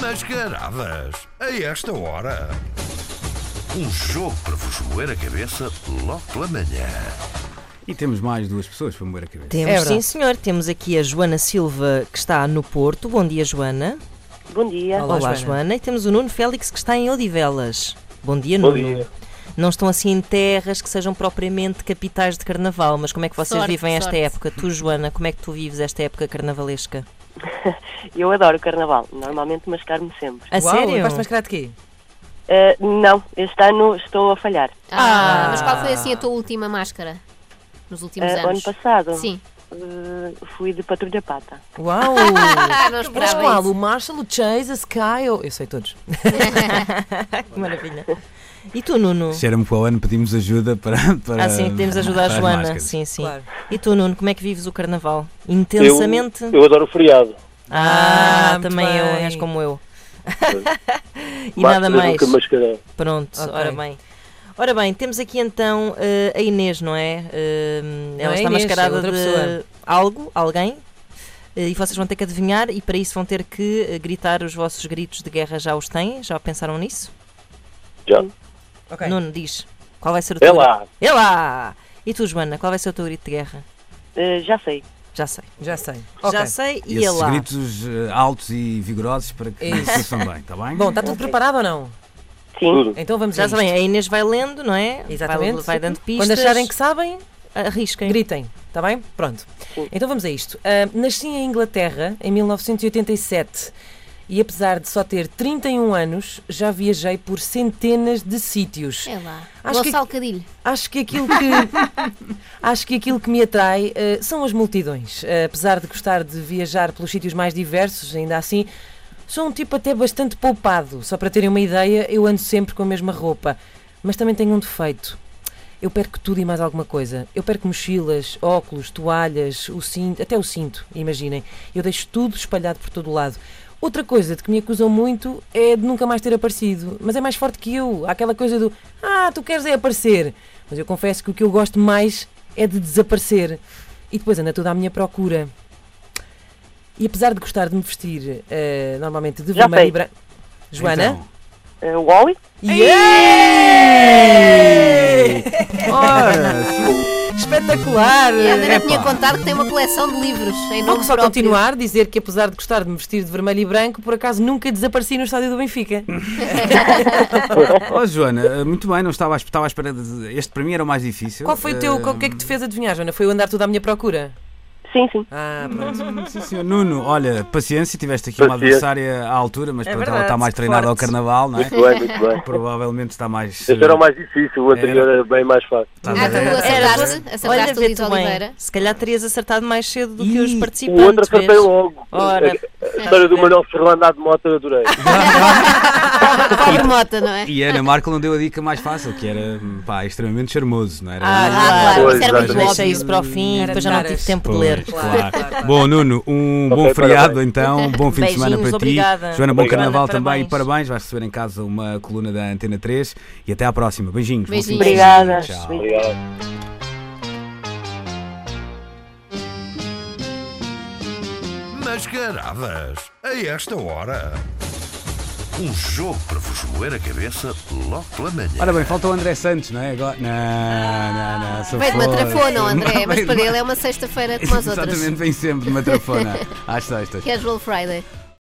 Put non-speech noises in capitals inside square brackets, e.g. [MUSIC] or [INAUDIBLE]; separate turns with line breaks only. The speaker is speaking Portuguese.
Mascaradas, a esta hora. Um jogo para vos moer a cabeça logo pela manhã.
E temos mais duas pessoas para moer a cabeça.
Temos,
É
sim,
verdade.
senhor. Temos aqui a Joana Silva, que está no Porto. Bom dia, Joana.
Bom dia.
Olá, Joana.
E temos o Nuno Félix, que está em Odivelas. Bom dia, Nuno. Não estão assim em terras que sejam propriamente capitais de carnaval, mas como é que vocês
Sorte,
vivem esta
sorte.
época? Tu, Joana, como é que tu vives esta época carnavalesca?
Eu adoro o carnaval. Normalmente mascar-me sempre.
A
Uau,
sério?
Vais mascarar de quê?
Ah, não, este ano estou a falhar.
Ah,
Ah.
mas qual foi assim a tua última máscara? Nos últimos
Ah, ano
anos?
passado
Sim.
ah, fui de patrulha pata.
Uau!
Ah, não
Mas
esperava
qual?
isso.
O Marshall, o Chase, a Sky, ou- eu sei todos.
que maravilha. E tu, Nuno?
Cheira-me para o ano, pedimos ajuda para. para
Ah, sim, podemos ajudar
para
a
as
Joana.
eh, máscaras.
Sim, sim.
Claro.
E tu, Nuno, como é que vives o carnaval? Intensamente?
Eu, eu adoro o feriado.
Ah,
Ah, muito
também eu,
bem.
és como eu. [LAUGHS] e nada
Máscara
mais.
Nunca mascarei.
Pronto,
Ok.
ora bem. Ora bem, temos aqui então eh, a Inês, não é? Eh, ela
é
está
Inês, é
mascarada de
outra pessoa.
algo, alguém, eh, e vocês vão ter que adivinhar, e para isso vão ter que eh, gritar os vossos gritos de guerra. Já os têm? Já pensaram nisso?
Já.
Ok.
Nuno, diz. Qual vai ser o teu
É lá.
grito? É lá! E tu, Joana, qual vai ser o teu grito de guerra?
Ah, já sei.
Já sei.
Eh, Já sei. Ok.
Já sei e
E
é
esses
lá.
gritos eh, altos e vigorosos para que
Isso.
façam bem, está bem?
Bom, está tudo preparado ou não?
Sim.
Tudo.
Então vamos a
Já
isto.
sabem, a Inês vai lendo, não é? Vai-
Exatamente.
Vai, dando pistas.
Quando acharem que sabem,
Arrisquem.
gritem. Está bem? Pronto. Então vamos a isto. Ah, nasci em Inglaterra em 1987 e apesar de só ter 31 anos, já viajei por centenas de sítios.
É lá.
Acho que-
Gonçalo Cadilho.
Acho que aquilo que acho que aquilo que me atrai eh, são as multidões. Eh, apesar de gostar de viajar pelos sítios mais diversos, ainda assim, sou um tipo até bastante poupado. Só para terem uma ideia, eu ando sempre com a mesma roupa, mas também tenho um defeito. Eu perco tudo e mais alguma coisa. Eu perco mochilas, óculos, toalhas, o cinto, até o cinto, imaginem. Eu deixo tudo espalhado por todo o lado. Outra coisa de que me acusam muito é de nunca mais ter aparecido, mas é mais forte que eu. Há aquela coisa do Ah, tu queres é aparecer. Mas eu confesso que o que eu gosto mais é de desaparecer. E depois anda toda à minha procura. E apesar de gostar de me vestir eh, normalmente de
Já
vermelho
sei.
e branco. Joana?
Então,
Ah, o Wally?
[LAUGHS]
ora, sim.
Espetacular!
E a Ana
Epá.
tinha contado que tem uma coleção de livros em
Vou
nome
só
próprio.
continuar a dizer que apesar de gostar de me vestir de vermelho e branco, por acaso nunca desapareci no estádio do Benfica.
oh, Joana, eh, muito bem, não estava à, estava à espera. De, este para mim era o mais difícil.
Qual foi o teu,
Eh,
qual- o que é que te fez adivinhar, Joana? Foi o andar tudo à minha procura?
Sim, sim.
Ah,
Hum, Sim, senhor. Nuno, olha, paciência, tiveste aqui uma
Paciência.
adversária à altura, mas
É
pronto, ela
verdade,
está mais
que
treinada ao
forte.
carnaval, não é?
Muito bem, muito
[LAUGHS]
bem.
Provavelmente está mais.
Este era o mais difícil, o anterior
Era.
era bem mais fácil.
Tá.
está
Ah, então
mais-
tu
Era-
acertaste,
Olha,
acertaste o
vê
Luís
tu bem.
Oliveira.
Se calhar terias acertado mais cedo do que
Ih,
os
O
participantes.
outro acertei
vês?
logo. [LAUGHS]
Ora.
A, a história do Manuel Fernando de moto eu
[LAUGHS]
adorei.
Pobre Mota, não é?
[LAUGHS] E a Ana Marco não deu a dica mais fácil, que era pá, extremamente charmoso, não era?
Ah,
Ah,
claro.
claro, isso era
Pois,
muito
exatamente.
Deixa
óbvio.
isso para o fim,
Era
depois já não
taras.
tive tempo de
Pois,
ler.
claro. Bom, Nuno, um bom
Ok,
feriado
parabéns.
[LAUGHS]
então, bom fim de semana para
Beijinhos,
ti.
obrigada.
Joana, bom
Obrigado.
carnaval também
Joana,
e
parabéns.
parabéns. Vais receber em casa uma coluna da Antena 3 e até à próxima. Beijinhos. bom fim de
Beijinhos.
semana.
Obrigada.
Tchau.
Obrigado.
Mascaradas, a esta hora. Um jogo para vos moer a cabeça logo pela manhã.
Ora bem, falta o André Santos, não é? Agora... Não, não, não. só
Veio de uma
foi.
trafona, o
[LAUGHS]
André,
Não,
mas
veio
para
de- [LAUGHS]
ele é uma sexta-feira como as outras.
Ah, Exatamente, vem sempre de uma trafona. Às sextas.
Casual Friday.